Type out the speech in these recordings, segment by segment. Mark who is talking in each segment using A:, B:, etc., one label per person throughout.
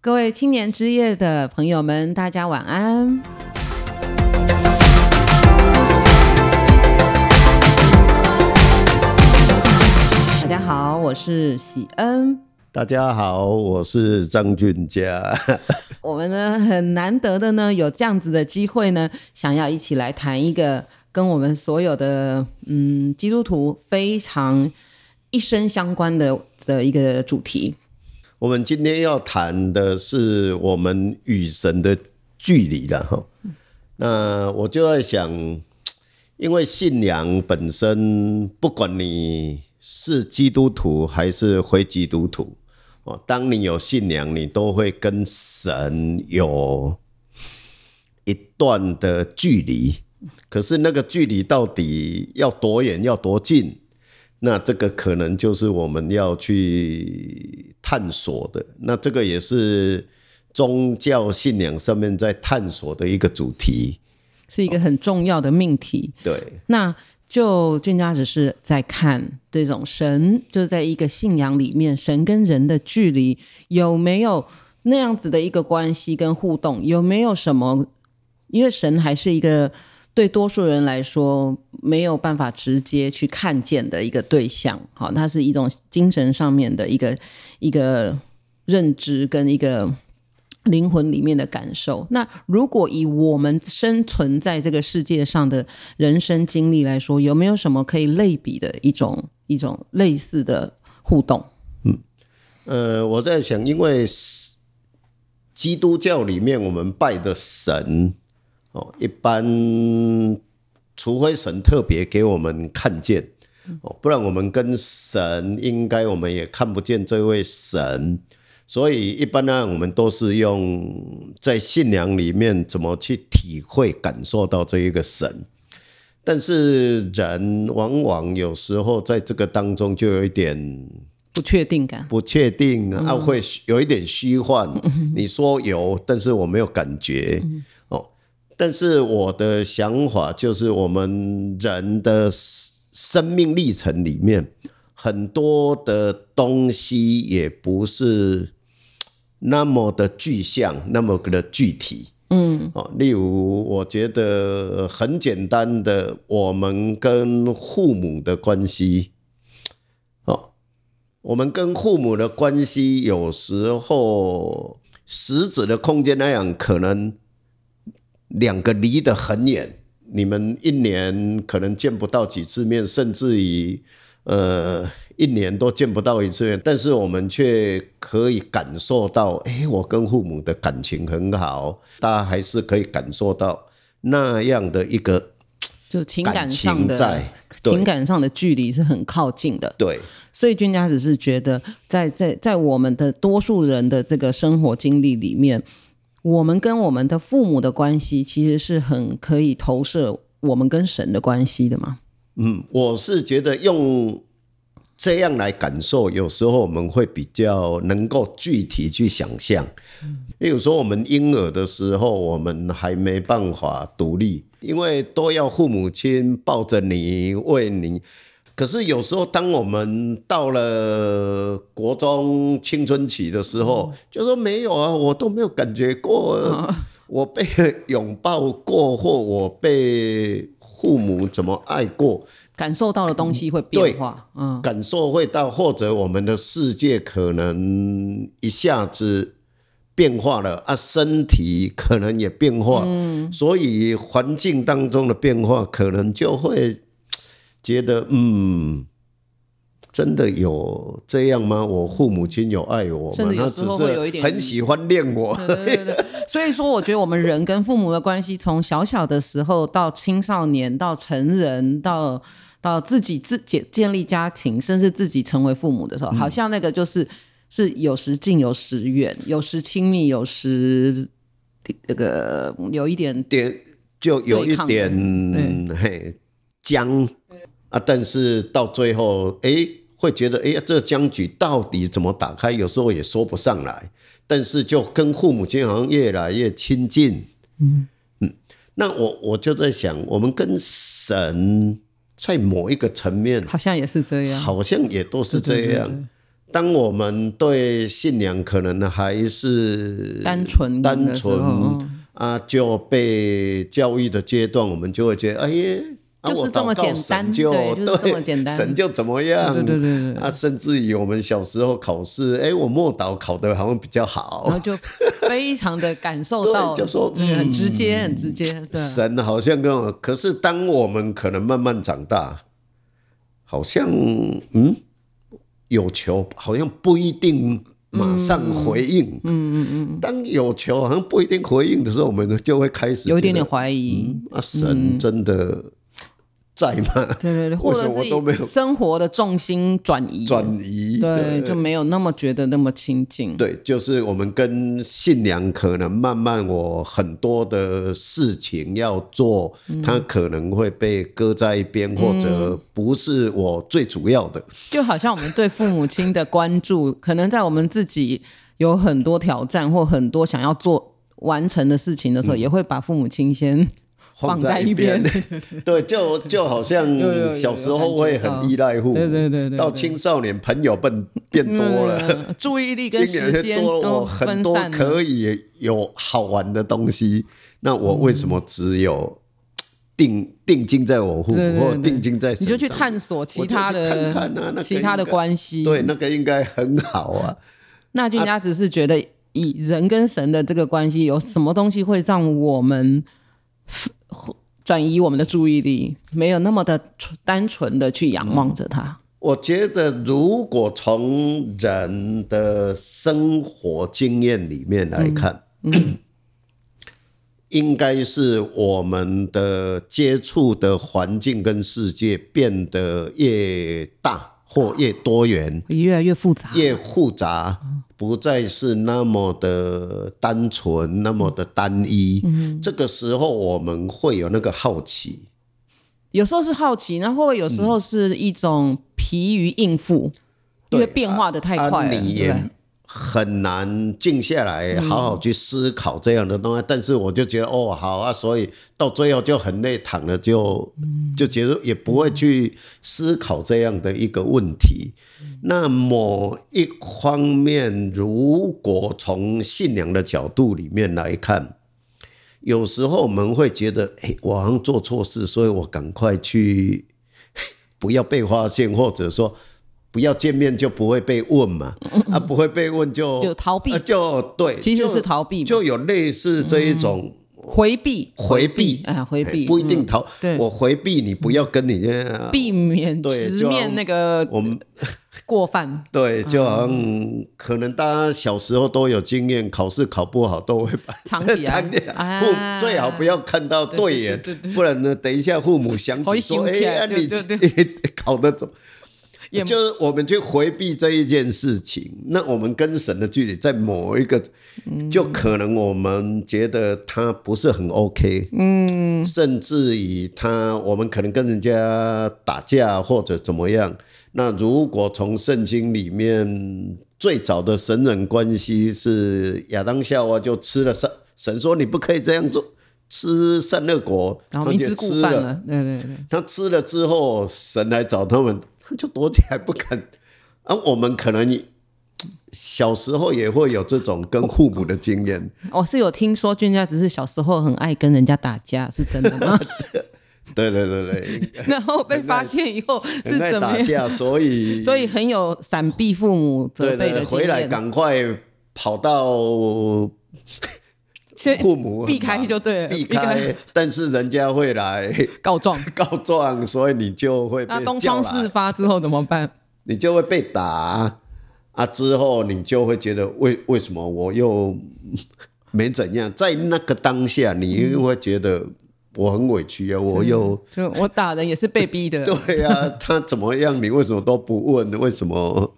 A: 各位青年之夜的朋友们，大家晚安。大家好，我是喜恩。
B: 大家好，我是张俊佳。
A: 我们呢很难得的呢有这样子的机会呢，想要一起来谈一个跟我们所有的嗯基督徒非常一生相关的的一个主题。
B: 我们今天要谈的是我们与神的距离了哈。那我就在想，因为信仰本身，不管你是基督徒还是非基督徒，哦，当你有信仰，你都会跟神有一段的距离。可是那个距离到底要多远，要多近？那这个可能就是我们要去探索的。那这个也是宗教信仰上面在探索的一个主题。
A: 是一个很重要的命题。
B: 对，
A: 那就俊家只是在看这种神，就是在一个信仰里面，神跟人的距离有没有那样子的一个关系跟互动，有没有什么？因为神还是一个对多数人来说没有办法直接去看见的一个对象，好，它是一种精神上面的一个一个认知跟一个灵魂里面的感受。那如果以我们生存在这个世界上的人生经历来说，有没有什么可以类比的一种一种类似的互动？
B: 呃，我在想，因为基督教里面我们拜的神哦，一般除非神特别给我们看见哦，不然我们跟神应该我们也看不见这位神。所以一般呢，我们都是用在信仰里面怎么去体会、感受到这一个神。但是人往往有时候在这个当中就有一点
A: 不确定感，
B: 不确定啊，会有一点虚幻。你说有，但是我没有感觉、哦。但是我的想法就是，我们人的 s- 生命历程里面，很多的东西也不是那么的具象，那么的具体。嗯，哦，例如，我觉得很简单的，我们跟父母的关系，哦，我们跟父母的关系有时候食指的空间那样，可能两个离得很远，你们一年可能见不到几次面，甚至于呃一年都见不到一次面，但是我们却可以感受到，诶，我跟父母的感情很好，大家还是可以感受到那样的一个
A: 就情
B: 感
A: 感
B: 情
A: 上的
B: 在，
A: 情
B: 对
A: 感上的距离是很靠近的。
B: 对。
A: 所以君家只是觉得在，在在我们的多数人的这个生活经历里面，我们跟我们的父母的关系其实是很可以投射我们跟神的关系的嘛。
B: 嗯，我是觉得用这样来感受，有时候我们会比较能够具体去想象。例如说，我们婴儿的时候，我们还没办法独立，因为都要父母亲抱着你、喂你。可是有时候，当我们到了国中青春期的时候，就说没有啊，我都没有感觉过。我被拥抱过，或我被父母怎么爱过，
A: 感受到的东西会变化，嗯，
B: 感受会到，或者我们的世界可能一下子变化了啊，身体可能也变化，
A: 嗯
B: 所以环境当中的变化，可能就会觉得，嗯，真的有这样吗？我父母亲有爱我
A: 甚
B: 吗
A: 至？有
B: 他
A: 时
B: 只
A: 候会有一
B: 是
A: 点
B: 很喜欢恋我。
A: 对对对，所以说我觉得我们人跟父母的关系，从小小的时候到青少年，到成人，到到自己自建建立家庭，甚至自己成为父母的时候，好像那个就是是有时近有时远，有时亲密，有时那个有一点
B: 点就有一点
A: 对
B: 嘿僵啊，但是到最后诶，会觉得诶，这僵局到底怎么打开，有时候也说不上来，但是就跟父母亲好像越来越亲近，嗯嗯，那我我就在想，我们跟神在某一个层面
A: 好像也是这样，
B: 好像也都是这样。当我们对信仰可能还是
A: 单纯的
B: 单
A: 嗯时候嗯
B: 纯啊，就被教育的阶段，我们就会觉得，哎呀，啊、
A: 就是
B: 我
A: 这么
B: 祷告
A: 简单
B: 神就
A: 对就是这么简单
B: 神就怎么样，
A: 对对对对，
B: 啊，甚至于我们小时候考试，哎，我默祷考得好像比较
A: 然后
B: 好，
A: 就非常的感受到，
B: 对就说
A: 这个很直接，很直接，对啊，
B: 神好像跟我。可是当我们可能慢慢长大，好像嗯，有求好像不一定马上回应。嗯嗯嗯。当有求好像不一定回应的时候，我们就会开始
A: 有一点
B: 觉
A: 点
B: 得
A: 怀疑，
B: 啊，
A: 嗯
B: 神真的在吗？
A: 对对对，或
B: 为什
A: 者
B: 么
A: 是
B: 都没
A: 以
B: 有
A: 生活的重心转移，
B: 转移
A: 对，就没有那么觉得那么亲近，
B: 对，就是我们跟信仰可能慢慢，我很多的事情要做，
A: 嗯
B: 它可能会被搁在一边，或者不是我最主要的。
A: 就好像我们对父母亲的关注， 可能在我们自己有很多挑战或很多想要做完成的事情的时
B: 嗯
A: 候，也会把父母亲先放
B: 在
A: 一
B: 边
A: 边。，
B: 对，就就好像
A: 有有有
B: 小时候会很依赖父
A: 对对对
B: 母，
A: 嗯对，
B: 到
A: 对
B: 青少年朋友变变多了，
A: 对对对注意力
B: 今
A: 跟
B: 年
A: 时间
B: 多了
A: 都
B: 我很
A: 分
B: 多
A: 散了。
B: 可以有好玩的东西，那我为什么只有定定睛在我父
A: 嗯对对
B: 母，
A: 对
B: 或定睛在
A: 你就
B: 神
A: 去
B: 上
A: 探索其
B: 我就
A: 他
B: 去
A: 的
B: 看看啊那个
A: 其他的
B: 应该
A: 关系。
B: 对，啊那个应该很好啊。
A: 那俊家只是觉得以人跟神的这个关系，有什么东西会让我们呃转移我们的注意力，没有那么的纯单纯的去仰望着他。
B: 我觉得，如果从人的生活经验里面来看，
A: 嗯
B: 应该是我们的接触的环境跟世界变得越大或越多元，
A: 越来越复杂，
B: 越复杂，不再是那么的单纯，那么的单一。这个时候，我们会有那个好奇。
A: 有时候是好奇，然后有时候是一种疲于应付，因
B: 对
A: 为变化的太快了，
B: 啊、你
A: 对不
B: 也
A: 对
B: 很难静下来好好去思考这样的东西。但是我就觉得哦，好啊，所以到最后就很累，躺了就、就觉得也不会去思考这样的一个问题。那某一方面，如果从信仰的角度里面来看。有时候我们会觉得，哎、我好像做错事，所以我赶快去， 不要被发现，或者说不要见面就不会被问嘛，啊，不会被问就
A: 嗯就逃避
B: 啊就对，
A: 其实
B: 就是
A: 逃避嘛，
B: 就有类似这一种
A: 回避，
B: 回避，
A: 哎，回避，
B: 不一定逃，
A: 对嗯
B: 我回避你，不要跟你呃
A: 避免
B: 对
A: 直
B: 就
A: 面那个
B: 我们
A: 过犯，
B: 对，就好像可能大家小时候都有经验，考试考不好都会把
A: 藏起来
B: 藏起来，
A: 啊
B: 父母最好不要看到对眼
A: 对对，
B: 不然呢，等一下父母想
A: 好
B: 起说，
A: 生气
B: 哎，啊
A: 对
B: 你
A: 对
B: 考的怎么？
A: 也
B: 就是我们去回避这一件事情，那我们跟神的距离在某一个，就可能我们觉得他不是很 OK，嗯，甚至于他我们可能跟人家打架或者怎么样。那如果从圣经里面最早的神人关系是亚当夏娃就吃了善，神说你不可以这样做，吃善恶果，
A: 然后
B: 他
A: 明
B: 就
A: 知
B: 吃
A: 故犯
B: 了
A: 了，对对对。
B: 他吃了之后，神来找他们，他就躲起来不敢。啊，我们可能小时候也会有这种跟父母的经验，
A: 我、哦是有听说俊家只是小时候很爱跟人家打架，是真的 吗？
B: 对对对对，
A: 然后被发现以后 是
B: 很爱
A: 怎么
B: 打
A: 样？
B: 架，所以
A: 所以很有闪避父母责
B: 对
A: 备
B: 对
A: 的
B: 对，
A: 经
B: 回来
A: 验，
B: 赶快跑到
A: 先
B: 父母
A: 避开就对了，
B: 避开，但是人家会来
A: 告 状。
B: 告状，啊所以你就会被
A: 那东
B: 叫
A: 窗
B: 来
A: 事。发之后怎么 办？
B: 你就会被打啊，之后你就会觉得为为什么我又没怎样？在那个当下，你又会觉得我很委屈啊，我又
A: 就我打人也是被逼 的，
B: 对啊，他怎么样？你为什么都不问？为什么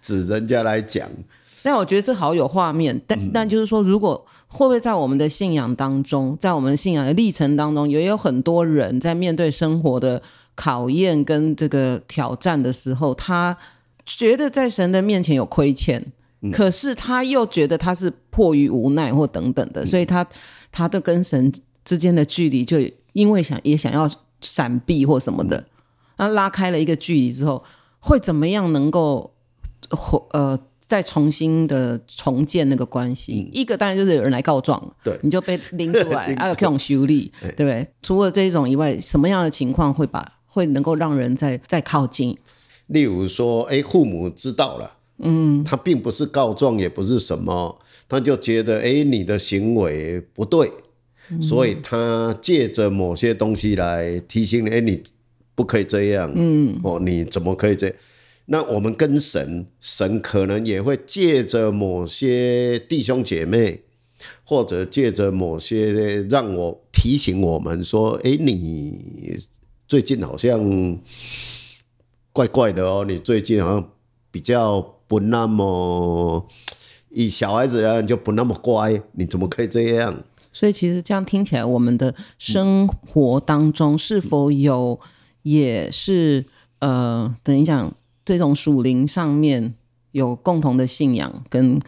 B: 指人家来讲？
A: 但我觉得这好有画面，但、
B: 嗯
A: 但就是说，如果会不会在我们的信仰当中，在我们信仰的历程当中，也有很多人在面对生活的考验跟这个挑战的时候，他觉得在神的面前有亏欠，
B: 嗯
A: 可是他又觉得他是迫于无奈或等等
B: 嗯
A: 的，所以他他的跟神之间的距离就因为想也想要
B: 嗯
A: 闪避或什么的，那拉开了一个距离之后，会怎么样能够呃再重新的重建那个关系。一个当然就是有人来告状，
B: 嗯对
A: 你就被拎出 来啊
B: 拎，出
A: 还有这种修理，
B: 哎
A: 对不对？除了这一种以外，什么样的情况会把会能够让人再再靠近？
B: 例如说，哎，父母知道了，嗯，他并不是告状，也不是什么，他就觉得，哎，你的行为不对，所以他借着某些东西来提醒你，哎，你不可以这样，嗯，哦，你怎么可以这样？那我们跟神，神可能也会借着某些弟兄姐妹，或者借着某些让我提醒我们说，哎，你最近好像怪怪的哦，你最近好像比较不那么，以小孩子来讲就不那么乖，你怎么可以这样？
A: 所以其实这样听起来，我们的生活当中是否有也是呃，等于讲这种属灵上面有共同的信仰跟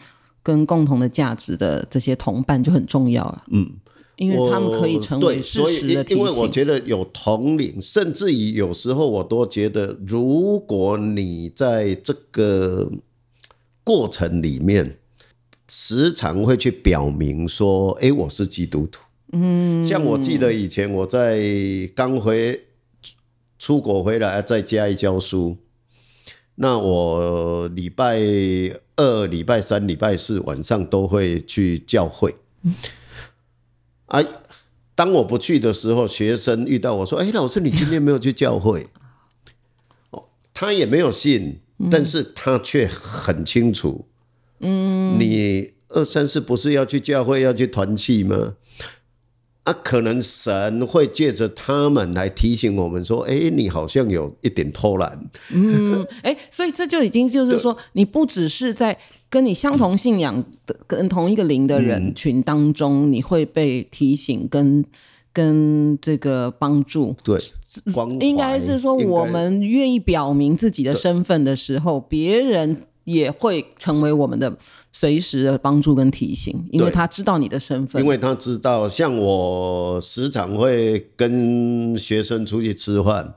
A: 跟共同的价值的这些同伴就很重要了。嗯，因为他们可以成为
B: 对，
A: 事
B: 所以
A: 实的提
B: 因为我
A: 醒。
B: 觉得有同龄，甚至于有时候我都觉得，如果你在这个过程里面，时常会去表明说，诶，我是基督徒。嗯，像我记得以前我在刚回出国回来，啊在嘉义教书。那我礼拜二、礼拜三、礼拜四晚上都会去教会。啊，当我不去的时候，学生遇到我说：“哎，老师，你今天没有去教会。”哦，他也没有信，
A: 嗯
B: 但是他却很清楚，嗯，你二三四不是要去教会，要去团契吗？啊，可能神会借着他们来提醒我们说：“哎，你好像有一点偷懒。”
A: 哎，所以这就已经就是说，你不只是在跟你相同信仰的、跟同一个灵的
B: 嗯
A: 人群当中，你会被提醒跟跟这个帮助。
B: 对，关怀
A: 应该是说，
B: 应该
A: 我们愿意表明自己的身份的时候，别人也会成为我们的随时的帮助跟提醒，因为
B: 对
A: 他知道你的身份。
B: 因为他知道，像我时常会跟学生出去吃饭，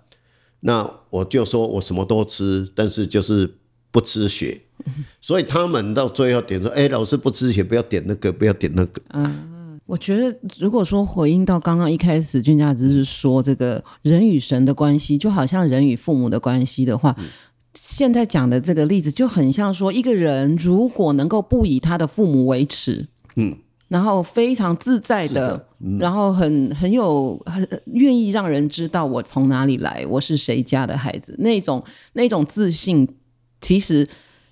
B: 那我就说我什么都吃，但是就是不吃血，所以他们到最后点说：“哎、老师不吃血，不要点那个，不要点那个。
A: 嗯我觉得，如果说回应到刚刚一开始俊佳只是说这个人与神的关系，就好像人与父母的关系的话，
B: 嗯
A: 现在讲的这个例子就很像说，一个人如果能够不以他的父母为耻，嗯，然后非常自在的，
B: 嗯
A: 然后很很有很愿意让人知道我从哪里来，我是谁家的孩子，那种那种自信，其实。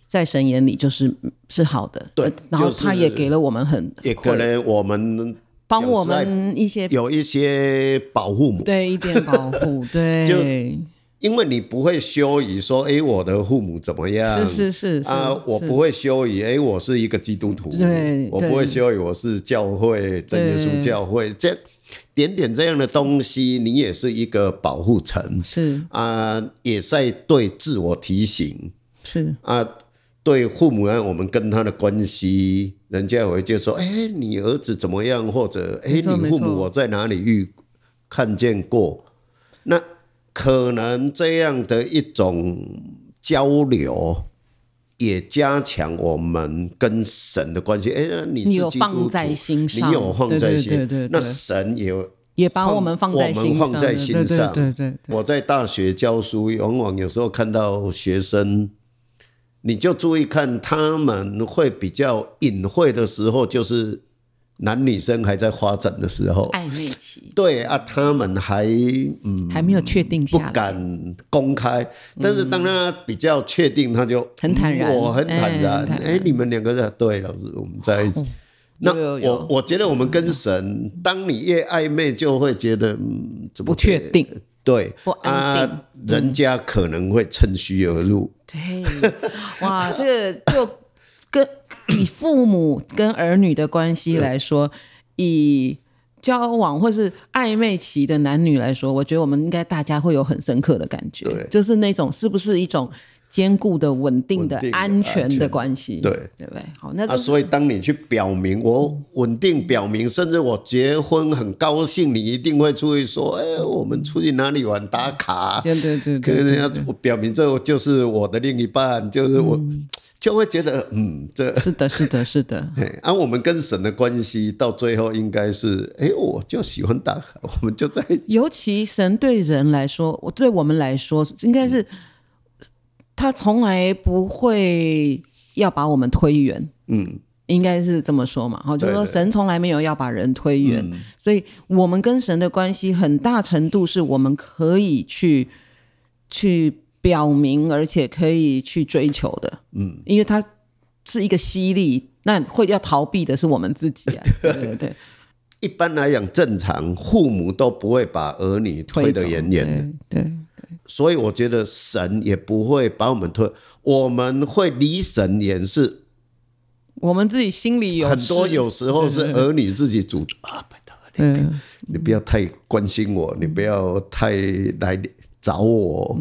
A: 在神眼里就是是好的，
B: 对
A: 呃然后
B: 就是
A: 他也给了我们很
B: 也可能我们
A: 帮我们一些
B: 有一些保护母，
A: 对一点保 护，对，
B: 因为你不会羞于说：“哎、我的父母怎么样？”
A: 是是是是
B: 啊，我
A: 是
B: 不会羞于，哎，我是一个基督徒，
A: 对
B: 我
A: 对
B: 不会羞于我是教会真耶稣教会，这点点这样的东西，你也是一个保护层
A: 是
B: 啊，也在对自我提醒
A: 是
B: 啊，对父母啊，我们跟他的关系，人家也会就说，哎，你儿子怎么样，或者哎，
A: 没
B: 你
A: 错没
B: 父
A: 错
B: 母我在哪里遇看见过，那可能这样的一种交流，也加强我们跟神的关系。哎，那你
A: 你
B: 是
A: 有
B: 基督
A: 放
B: 徒
A: 在心上
B: 你有放在心，
A: 对对对对对
B: 那神也有
A: 也把
B: 放
A: 我们放在心
B: 我
A: 上，
B: 们放在心
A: 对
B: 上
A: 对对对
B: 我在大学教书，往往有时候看到学生，你就注意看，他们会比较隐晦的时候，就是男女生还在发展的时候
A: 对，。暧昧期
B: 对啊，他们还嗯
A: 还没有确定
B: 不
A: 下来，
B: 敢公开，但是当他比较确定，他就
A: 很坦然
B: 嗯我很坦
A: 哎
B: 然
A: 很坦。
B: 哎，你们两个人对老师，我们在一起。那
A: 有有
B: 我
A: 有
B: 我觉得我们跟神，当你越暧昧，就会觉得嗯，怎么
A: 不确
B: 可以
A: 定，
B: 对，
A: 不安定
B: 啊，人家可能会趁虚而入，
A: 对，哇，这个就跟以父母跟儿女的关系来说，以交往或是暧昧期的男女来说，我觉得我们应该大家会有很深刻的感觉，
B: 对
A: 就是那种是不是一种坚固的、稳定的
B: 稳定、的
A: 安全
B: 安全
A: 的
B: 的
A: 关系，
B: 对
A: 对不对？好，嗯那
B: 啊，
A: 这是
B: 所以当你去表明我稳定表明，甚至我结婚很高兴，你一定会注意说，哎、我们出去哪里玩打卡，
A: 对对对
B: 可
A: 对
B: 能
A: 对，
B: 要我表明这就是我的另一半，就是我，
A: 嗯
B: 就会觉得嗯，这
A: 是的，是的，是的，
B: 嘿啊，我们跟神的关系到最后应该是，哎、我就喜欢打卡，我们就在
A: 尤其神对人来说，我对我们来说，应该是他从来不会要把我们推远，
B: 嗯，
A: 应该是这么说嘛。哈，就是说
B: 对对嗯
A: 神从来没有要把人推远，所以我们跟神的关系很大程度是我们可以去去表明，而且可以去追求的。嗯，因为它是一个吸力，那会要逃避的是我们自己 啊。对对对，
B: 一般来讲，正常父母都不会把儿女
A: 走
B: 推得远远的，，
A: 对对。
B: 所以我觉得神也不会把我们推，我们会离神远是
A: 我们自己心里有
B: 很多，
A: 事
B: 有时候是儿女自己主动啊，拜托你，
A: 嗯，
B: 你不要太关心我，你不要太来找我，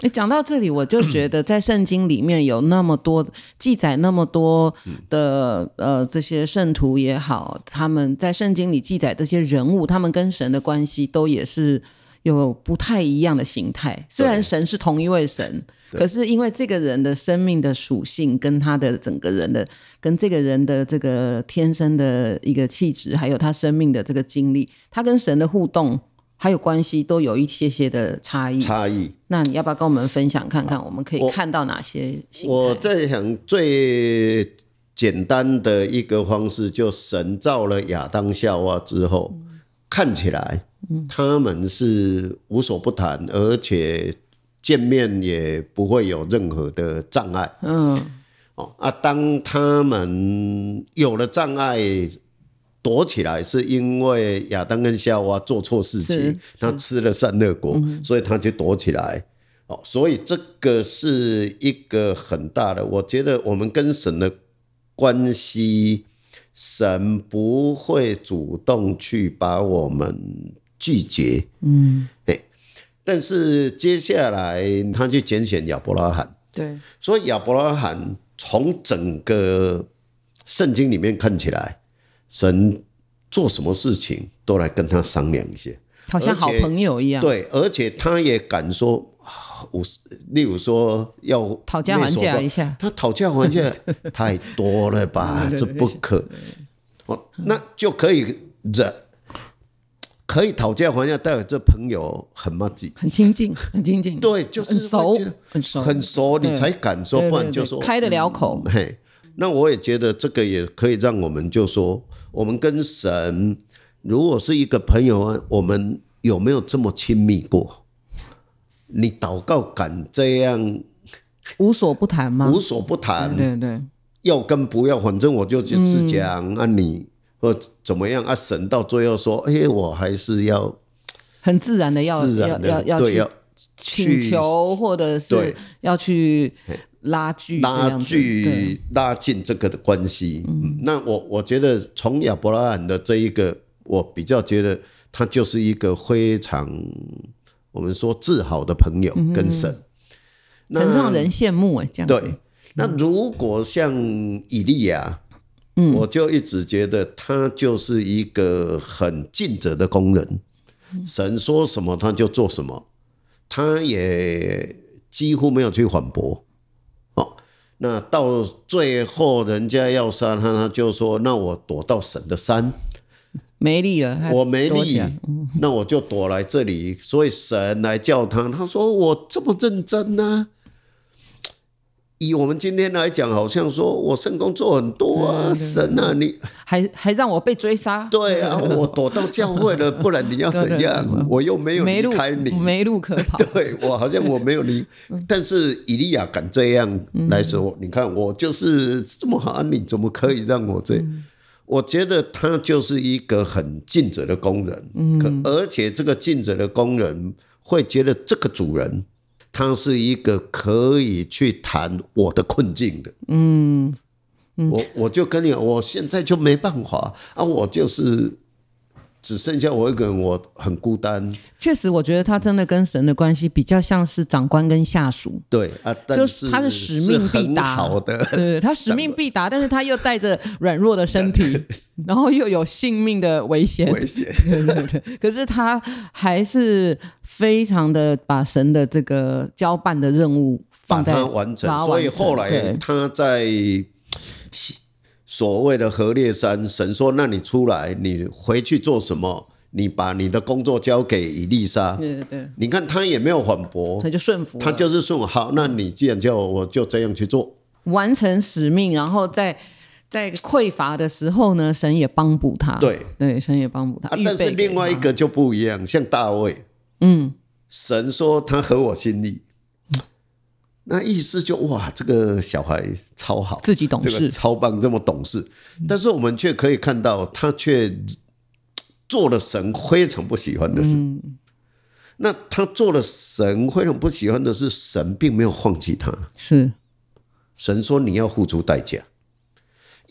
A: 诶讲到这里，我就觉得在圣经里面有那么多记载，那么多的呃这些圣徒也好，他们在圣经里记载这些人物，他们跟神的关系都也是有不太一样的形态。虽然神是同一位神，可是因为这个人的生命的属性跟他的整个人的跟这个人的这个天生的一个气质，还有他生命的这个经历，他跟神的互动还有关系，都有一些些的差异。
B: 差异。
A: 那你要不要跟我们分享看看，我们可以
B: 我
A: 看到哪些形
B: 我
A: 态？
B: 在想最简单的一个方式，就神造了亚当夏娃之后，看起来他们是无所不谈，而且见面也不会有任何的障碍。
A: 嗯，
B: 哦啊，当他们有了障碍躲起来，是因为亚当跟夏娃做错事
A: 是嗯
B: 情，他吃了散热果，所以他就躲起来。哦，所以这个是一个很大的，我觉得我们跟神的关系，神不会主动去把我们拒绝。嗯，哎，但是接下来他去拣选亚伯拉罕。
A: 对，
B: 所以亚伯拉罕从整个圣经里面看起来，神做什么事情都来跟他商量一下。
A: 好像好朋友一样。
B: 对，而且他也敢说，啊我是例如说要
A: 讨价还价一
B: 内所
A: 下
B: 吧，他讨价还价太多了吧，
A: 对
B: 这
A: 对
B: 不可。哦，那就可以忍，可以讨价还价，代表这朋友很默契。
A: 很亲近，很亲近，
B: 对，就是
A: 很熟
B: 会觉得，
A: 很熟，
B: 很熟，你
A: 对
B: 才敢说，
A: 对
B: 不
A: 对对
B: 然就说嗯
A: 开得了口。
B: 嘿，那我也觉得这个也可以让我们就说，我们跟神如果是一个朋友啊，我们有没有这么亲密过？你祷告敢这样
A: 无所不谈吗？
B: 无所不谈，
A: 对对
B: 要跟不要，反正我就
A: 嗯
B: 就是讲、啊你或怎么样啊，神到最后说，哎、我还是要
A: 很自然的要
B: 自
A: 要
B: 然的
A: 要要
B: 对
A: 去
B: 要
A: 请求，或者是
B: 对
A: 要去拉锯这
B: 拉
A: 样子，对
B: 锯拉近这个的关系。嗯，那我我觉得从亚伯拉罕的这一个，我比较觉得他就是一个非常我们说至好的朋友跟神，
A: 嗯
B: 那
A: 很让人羡慕哎，这样
B: 对。那如果像以利亚，嗯，我就一直觉得他就是一个很尽责的工人，
A: 嗯
B: 神说什么他就做什么，他也几乎没有去反驳。哦，那到最后人家要杀他，他就说：“那我躲到神的山。”
A: 没力了，还
B: 我没
A: 躲起
B: 力
A: 来，
B: 那我就躲来这里，所以神来叫他，他说我这么认真呢、以我们今天来讲，好像说我圣工做很多啊，神啊，你
A: 还还让我被追杀，
B: 对啊，我躲到教会了，不然你要
A: 对
B: 怎
A: 对
B: 样？我又没有
A: 没
B: 离
A: 路
B: 开你，
A: 没路可跑，
B: 对我好像我没有离，但是以利亚敢这样来说，你看我就是这么好，你怎么可以让我这？我觉得他就是一个很尽责的工人，可而且这个尽责的工人会觉得这个主人他是一个可以去谈我的困境的，嗯。我我就跟你，我现在就没办法啊！我就是只剩下我一个人，我很孤单。
A: 确实，我觉得他真的跟神的关系比较像是长官跟下属，
B: 对啊，但
A: 就是
B: 是
A: 他是使命必达
B: 是很好的，
A: 对，他使命必达，但是他又带着软弱的身体， 然后又有性命的危险，
B: 危险。
A: 对对对。可是他还是非常的把神的这个交办的任务
B: 把
A: 放在
B: 它完成
A: 把。它
B: 所以
A: 完成
B: 后来啊
A: 对
B: 他在所谓的河烈山，神说：“那你出来，你回去做什么？你把你的工作交给以利沙。
A: 对对对，”
B: 你看他也没有反驳
A: 他，就顺服了，
B: 他就是说：“好，那你既然叫我，我就这样去做。
A: 完成使命，然后在在匮乏的时候呢，神也帮补他，
B: 对
A: 对，神也帮补他。
B: 啊
A: 预，备
B: 但是
A: 给
B: 另外一
A: 他
B: 个就不一样，像大卫，嗯，神说他合我心意，
A: 嗯
B: 那意思就哇，这个小孩超好，
A: 自己懂
B: 这个
A: 事，嗯
B: 超棒，这么懂事，但是我们却可以看到，他却做了神非常不喜欢的事。
A: 嗯
B: 那他做了神非常不喜欢的事，神并没有放弃他，
A: 是
B: 神说你要付出代价，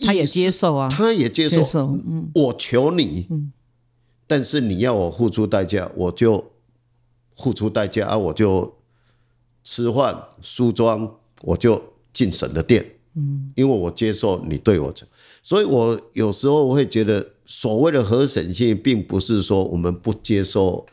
A: 他也接
B: 意思
A: 受啊，
B: 他也接受，
A: 接受，嗯，
B: 我求你，但是你要我付出代价，我就付出代价啊，我就吃饭、梳妆，我就进神的殿，嗯，因为我接受你对我这，所以我有时候会觉得，所谓的合神性，并不是说我们不接受、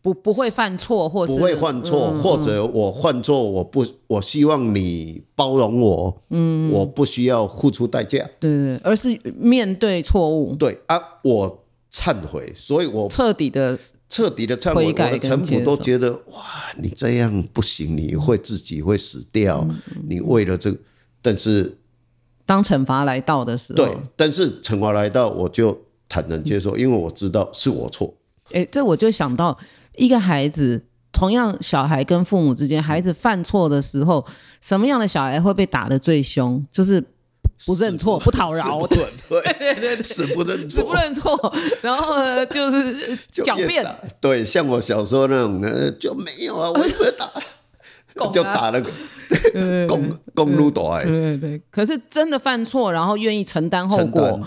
A: 不不会犯错，或是
B: 不嗯会犯错，或者我犯错，我不，我希望你包容我，嗯，我不需要付出代价，
A: 对对，对而是面对错误，
B: 对啊，我忏悔，所以我
A: 彻底的
B: 彻底的忏悔，
A: 悔
B: 我
A: 改
B: 的
A: 跟
B: 臣
A: 接
B: 仆
A: 受
B: 都觉得哇，你这样不行，你会自己会死掉，
A: 嗯
B: 你为了这个，但是
A: 当惩罚来到的时候，
B: 对，但是惩罚来到，我就坦然接
A: 嗯
B: 受，因为我知道是我错，
A: 哎，这我就想到一个孩子，同样小孩跟父母之间，孩子犯错的时候，什么样的小孩会被打得最凶？就是不认错、不讨饶
B: 死不认对对对对，死不认
A: 死不
B: 错，
A: 认错，然后呢就是
B: 就
A: 狡
B: 越
A: 辩
B: 打，对，像我小时候那种，呃，就没 有啊，我也没有打，
A: 拱啊
B: 就打了个公公路打哎，
A: 对对对。可是真的犯错，然后愿意承担嗯后
B: 承
A: 果
B: 担，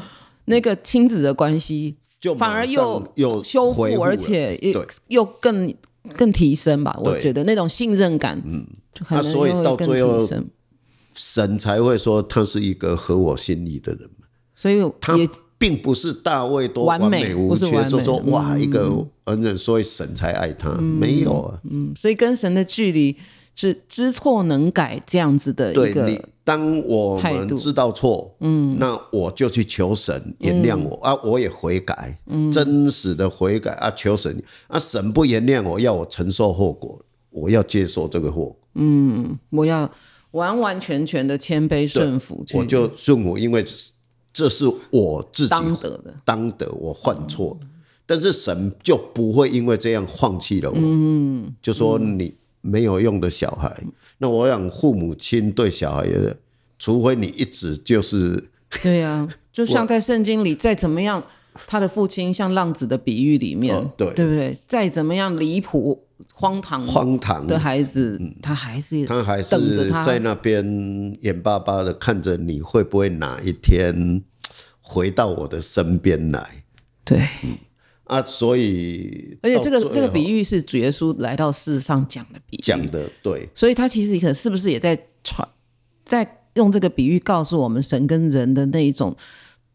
A: 那个亲子的关系
B: 就
A: 反而
B: 马上
A: 又
B: 又
A: 修复
B: 恢，
A: 而
B: 了
A: 且又
B: 对
A: 又更更提升吧。我
B: 对
A: 觉得那种信任感，嗯，可
B: 啊
A: 能
B: 所以
A: 又
B: 到
A: 更
B: 最
A: 提
B: 后
A: 升
B: 神才会说他是一个合我心意的人。
A: 所以
B: 他
A: 也
B: 并不是大卫多
A: 完
B: 完
A: 美
B: 美
A: 不
B: 无
A: 是完
B: 缺，
A: 美嗯
B: 就说哇一个恩人，所以神才爱他，没有啊。
A: 嗯，所以跟神的距离是知错能改这样子的一
B: 对你
A: 个，，
B: 当我
A: 态度嗯
B: 们知道错，嗯，那我就去求神原谅我啊，我也悔改，真实的悔改啊，求神啊，神不原谅我，要我承受后果，我要接受这个后果，
A: 我要完完全全的谦卑顺服去
B: 我就顺服，因为这是我自己
A: 当得的。
B: 当得我犯错，但是神就不会因为这样放弃了我，就说你没有用的小孩。那我想父母亲对小孩也是，除非你一直就是
A: 对 啊，就像在圣经里，再怎么样，他的父亲像浪子的比喻里面，
B: 哦对
A: 不对？再怎么样离谱、荒唐
B: 荒唐，嗯
A: 的孩子，他还是
B: 他还
A: 等着
B: 是
A: 他
B: 在那边眼巴巴的看着你会不会哪一天回到我的身边来
A: 对。
B: 啊？所以
A: 而且这
B: 到
A: 个
B: 最
A: 这个
B: 后
A: 比喻是主耶稣来到世上讲的比喻，
B: 哦讲的对，
A: 所以他其实可能是不是也在传，在用这个比喻告诉我们，神跟人的那一种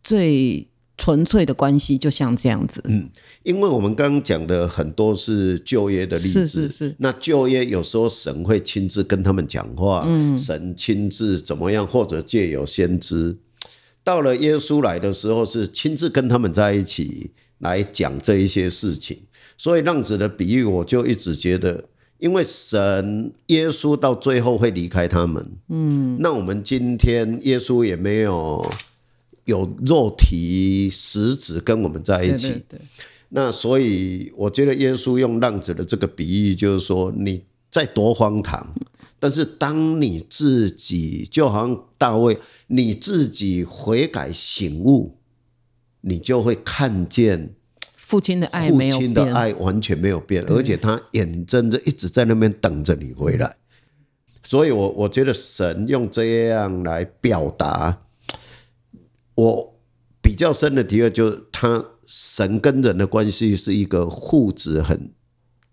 A: 最纯粹的关系，就像这样子。
B: 嗯因为我们刚刚讲的很多是就业的例子，
A: 是是是
B: 那就业有时候神会亲自跟他们讲话，
A: 嗯
B: 神亲自怎么样，或者借由先知。到了耶稣来的时候，是亲自跟他们在一起来讲这一些事情。所以浪子的比喻，我就一直觉得，因为神耶稣到最后会离开他们，嗯，那我们今天耶稣也没有有肉体实质跟我们在一
A: 对
B: 起
A: 对，对，
B: 那所以我觉得耶稣用浪子的这个比喻，就是说你再多荒唐，但是当你自己就好像大卫，你自己悔改醒悟，你就会看见
A: 父亲的爱
B: 父
A: 没有
B: 亲
A: 变，
B: 的爱完全没有变，而且他眼睁睁一直在那边等着你回来。所以我，我觉得神用这样来表达，我比较深的体会就是他神跟人的关系是一个互质很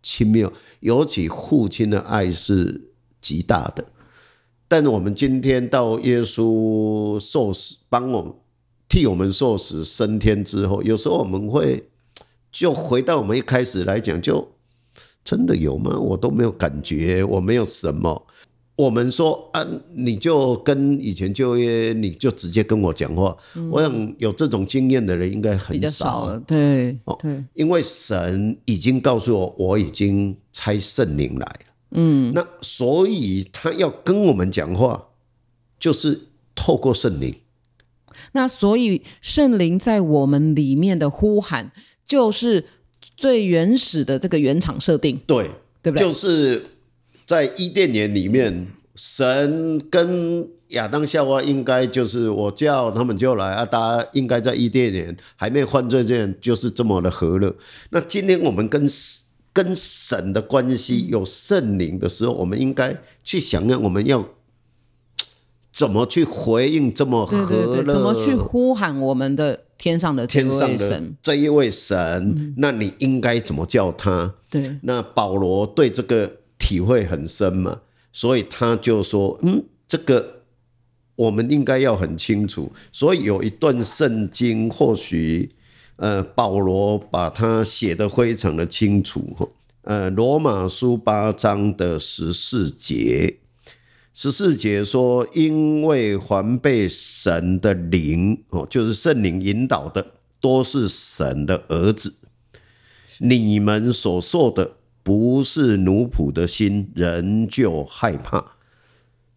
B: 亲密，尤其父亲的爱是极大的。但我们今天到耶稣受死，帮我们替我们受死升天之后，有时候我们会就回到我们一开始来讲，就真的有吗？我都没有感觉，我没有什么。我们说啊，你就跟以前就业，你就直接跟我讲话。我想有这种经验的人应该
A: 比
B: 很
A: 较少了，对
B: 哦
A: 对，
B: 因为神已经告诉我，我已经差圣灵来了。嗯，那所以他要跟我们讲话，就是透过圣灵。
A: 那所以圣灵在我们里面的呼喊，就是最原始的这个原厂设定，
B: 对，
A: 对不对？
B: 就是在伊甸园里面，神跟亚当夏娃应该就是我叫他们就来啊，大家应该在伊甸园还没犯罪之前，就是这么的和乐。那今天我们跟跟神的关系有圣灵的时候，我们应该去想想我们要怎么去回应这么
A: 对
B: 和乐，
A: 对对，怎么去呼喊我们的天上的
B: 天上
A: 位
B: 的
A: 神？
B: 这一位神？那你应该怎么叫他？
A: 对，
B: 那保罗对这个体会很深嘛，所以他就说：“嗯，这个我们应该要很清楚。”所以有一段圣经，或许呃，保罗把它写得非常的清楚。吼呃，罗马书八章的十四节，十四节说：“因为凡被神的灵哦，就是圣灵引导的，多是神的儿子。”你们所受的不是奴仆的心，人就害怕；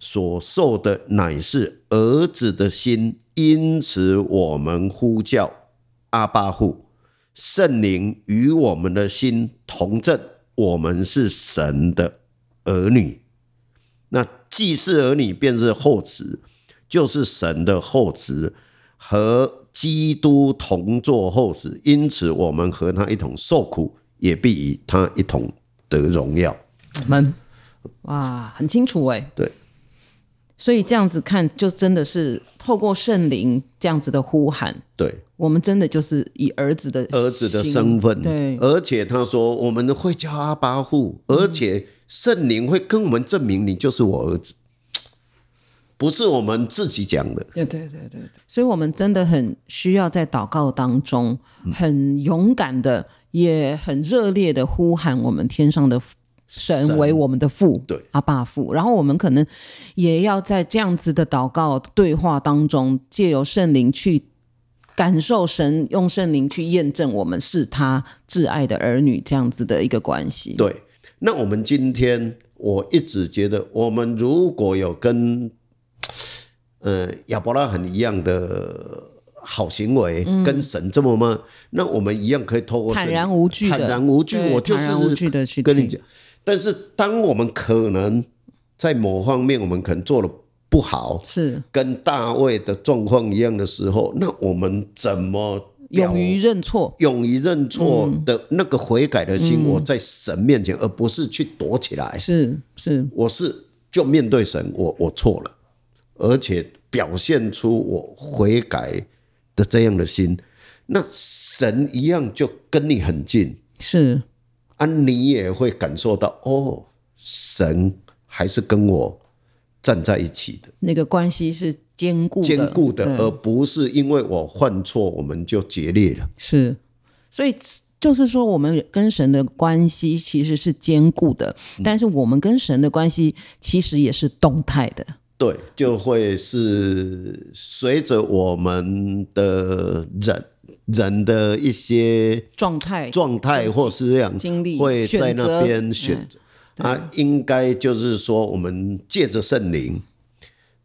B: 所受的乃是儿子的心。因此，我们呼叫阿巴户，圣灵与我们的心同证，我们是神的儿女。那既是儿女，便是后子，就是神的后子。和基督同作后子，因此我们和他一同受苦，也必与他一同得荣耀。
A: 门，哇，很清楚哎、
B: 对，
A: 所以这样子看，就真的是透过圣灵这样子的呼喊，
B: 对，
A: 我们真的就是以儿子的
B: 儿子的
A: 心
B: 身份，
A: 对
B: 而且他说我们会叫阿巴户，而且圣灵会跟我们证明你就是我儿子，不是我们自己讲的。
A: 对对对对对，所以我们真的很需要在祷告当中，
B: 嗯
A: 很勇敢的，也很热烈的呼喊我们天上的神
B: 神
A: 为我们的父，
B: 对
A: 阿爸父。然后我们可能也要在这样子的祷告对话当中，借由圣灵去感受神，用圣灵去验证我们是他挚爱的儿女这样子的一个关系。
B: 对，那我们今天我一直觉得，我们如果有跟呃亚伯拉罕一样的好行为，跟神这么吗？那我们一样可以透
A: 嗯
B: 过
A: 坦
B: 神
A: 然无惧的，
B: 坦然无惧，
A: 对
B: 我就
A: 坦然无惧
B: 是
A: 的去
B: 跟你
A: 听
B: 讲。但是当我们可能在某方面，我们可能做了不好，
A: 是
B: 跟大卫的状况一样的时候，那我们怎么表
A: 勇于认错，
B: 勇于认错的那个悔改的心，我在神面前，而不是去躲起来。
A: 是是。
B: 我是就面对神，我我错了，而且表现出我悔改的这样的心，那神一样就跟你很近
A: 是
B: 啊，你也会感受到哦，神还是跟我站在一起的，
A: 那个关系是坚固的
B: 坚固的，
A: 嗯对
B: 而不是因为我犯错我们就决裂了。
A: 是，所以就是说，我们跟神的关系其实是坚固的，
B: 嗯
A: 但是我们跟神的关系其实也是动态的。
B: 对，就会是随着我们的人人的一些
A: 状态
B: 状态或是这样
A: 经历
B: 会在那边
A: 选择
B: 选择。啊，应该就是说，我们借着圣灵，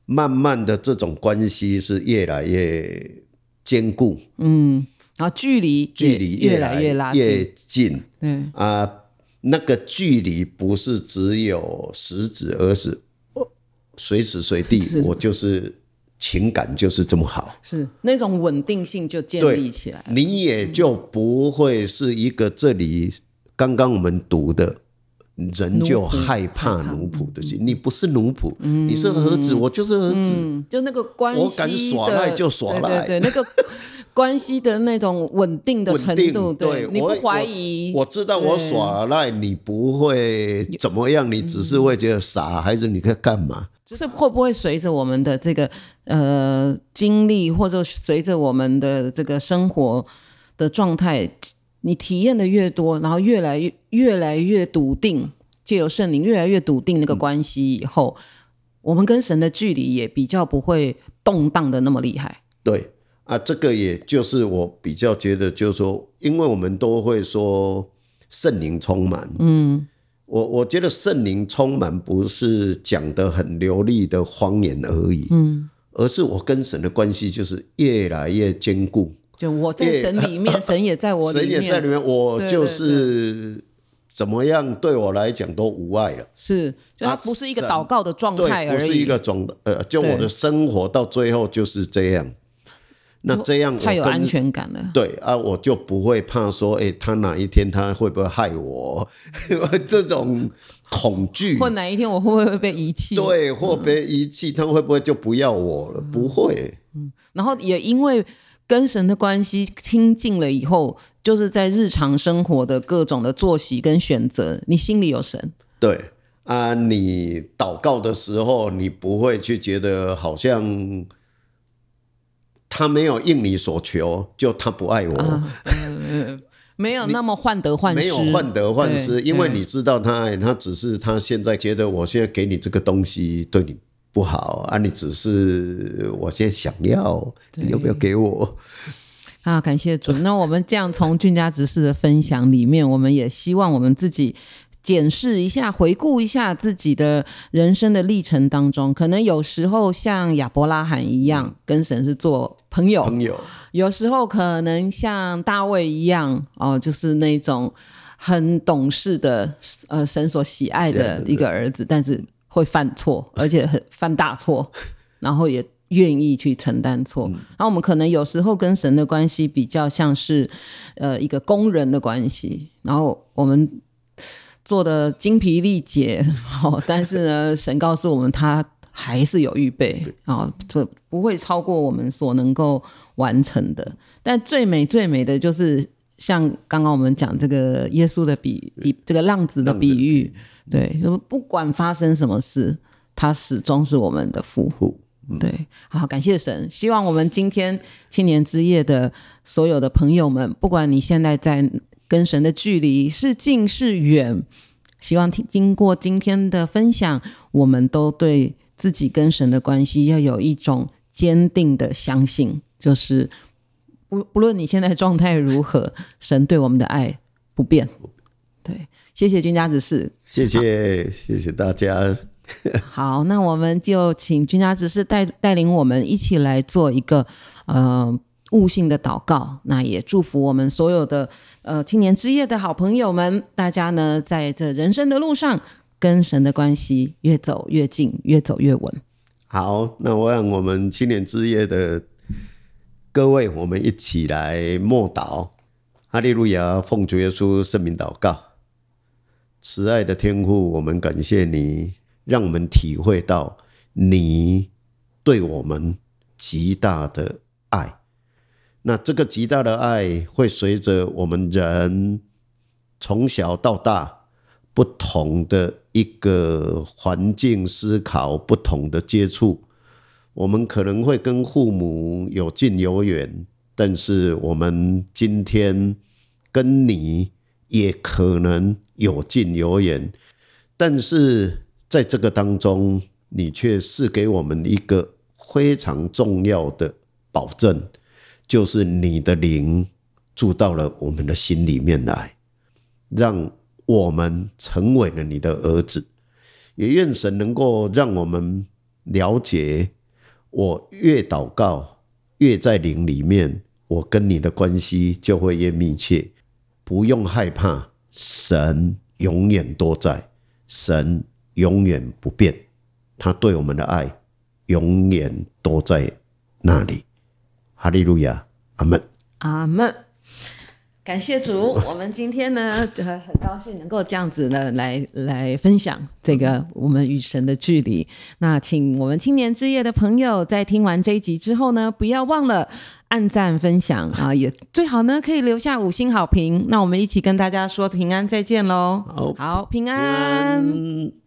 B: 慢慢的这种关系是越来越坚固，
A: 然后距离
B: 距
A: 也
B: 离
A: 越
B: 来
A: 越拉
B: 越
A: 近，
B: 近
A: 对，
B: 啊。那个距离不是只有食指，而是随时随地，
A: 是
B: 我就是情感就是这么好。
A: 是那种稳定性就建
B: 对
A: 立起来。
B: 你也就不会是一个这里刚刚我们读的，人就害怕奴仆的心。你不是奴仆，你是儿子，我就是儿子。
A: 嗯，就那个关系的，
B: 我敢耍赖就耍赖
A: 对对对，那个关系的那种稳定的程
B: 稳定，
A: 度，
B: 对，
A: 你不
B: 我
A: 怀疑
B: 我，我知道我耍赖，你不会怎么样，你只是会觉得傻孩子，你在干嘛？
A: 就是会不会随着我们的这个呃经历，或者随着我们的这个生活的状态，你体验的越多，然后越来越越来越笃定，借由圣灵越来越笃定
B: 嗯
A: 那个关系以后，我们跟神的距离也比较不会动荡的那么厉害。
B: 对啊，这个也就是我比较觉得，就是说，因为我们都会说圣灵充满，嗯，我我觉得圣灵充满不是讲的很流利的方言而已，嗯，而是我跟神的关系就是越来越坚固，
A: 就我在神里面， 神也在我
B: 神
A: 里
B: 也在里
A: 面，
B: 面，我
A: 对
B: 就是怎么样对我来讲都无碍了。
A: 是，就它
B: 啊
A: 不是一个
B: 神
A: 祷告的状态
B: 对，
A: 而
B: 不
A: 已，
B: 是一个总呃，就我
A: 对
B: 的生活到最后就是这样。那这样我
A: 太有
B: 跟
A: 安全感了。
B: 对啊，我就不会怕说，哎、他哪一天他会不会害我？ 这种恐惧，
A: 或哪一天我会不会被遗弃？，
B: 对，或被遗弃，他会不会就不要我了？不会，
A: 然后也因为跟神的关系亲近了以后，就是在日常生活的各种的作息跟选择，你心里有神，
B: 对啊，你祷告的时候，你不会去觉得好像他没有应你所求，就他不爱我。
A: 没有那么患得患失，
B: 没有患得患
A: 对
B: 失，因为
A: 对
B: 你知道他爱他，只是他现在觉得我现在给你这个东西对你不好啊，你只是我现在想要，你要不要给我？
A: 啊，感谢主。那我们这样从俊家执事的分享里面，我们也希望我们自己检视一下、回顾一下自己的人生的历程当中，可能有时候像亚伯拉罕一样，跟神是做朋友；
B: 朋友，
A: 有时候可能像大卫一样，哦，就是那种很懂事的，呃，神所喜爱的一个儿子，但是会犯错，而且很犯大错，然后也愿意去承担错。然后我们可能有时候跟神的关系比较像是，呃，一个工人的关系，然后我们。做的精疲力竭，哦，但是呢，神告诉我们他还是有预备啊，这、不会超过我们所能够完成的。但最美最美的就是像刚刚我们讲这个耶稣的比比这个浪子的比喻，对，就不管发生什么事，他始终是我们的父。
B: 不
A: 对，好，感谢神。希望我们今天青年之夜的所有的朋友们，不管你现在在跟神的距离是近是远，希望听经过今天的分享，我们都对自己跟神的关系要有一种坚定的相信，就是不不论你现在状态如何，神对我们的爱不变。对，谢谢君家指示，
B: 谢谢，谢谢大家，
A: 好，那我们就请君家执事带带领我们一起来做一个呃悟性的祷告。那也祝福我们所有的呃青年之夜的好朋友们，大家呢在这人生的路上，跟神的关系越走越近，越走越稳。
B: 好，那我让我们青年之夜的各位，我们一起来默祷，哈利路亚，奉主耶稣圣名祷告。慈爱的天父，我们感谢你，让我们体会到你对我们极大的爱。那这个极大的爱会随着我们人从小到大不同的一个环境思考，不同的接触，我们可能会跟父母有近有远，但是我们今天跟你也可能有近有远，但是在这个当中，你却是给我们一个非常重要的保证，就是你的灵住到了我们的心里面来，让我们成为了你的儿子。也愿神能够让我们了解，我越祷告，越在灵里面，我跟你的关系就会越密切。不用害怕，神永远都在，神永远不变，他对我们的爱永远都在那里。哈利路亚，阿门。
A: 阿门。感谢主，我们今天呢，呃很高兴能够这样子呢，来呃来分享这个我们与神的距离。那请我们青年之夜的朋友，在听完这一集之后呢，不要忘了按赞分享啊，也最好呢可以留下五星好评。那我们一起跟大家说平安再见喽！
B: 好
A: 平
B: 平
A: 安
B: 安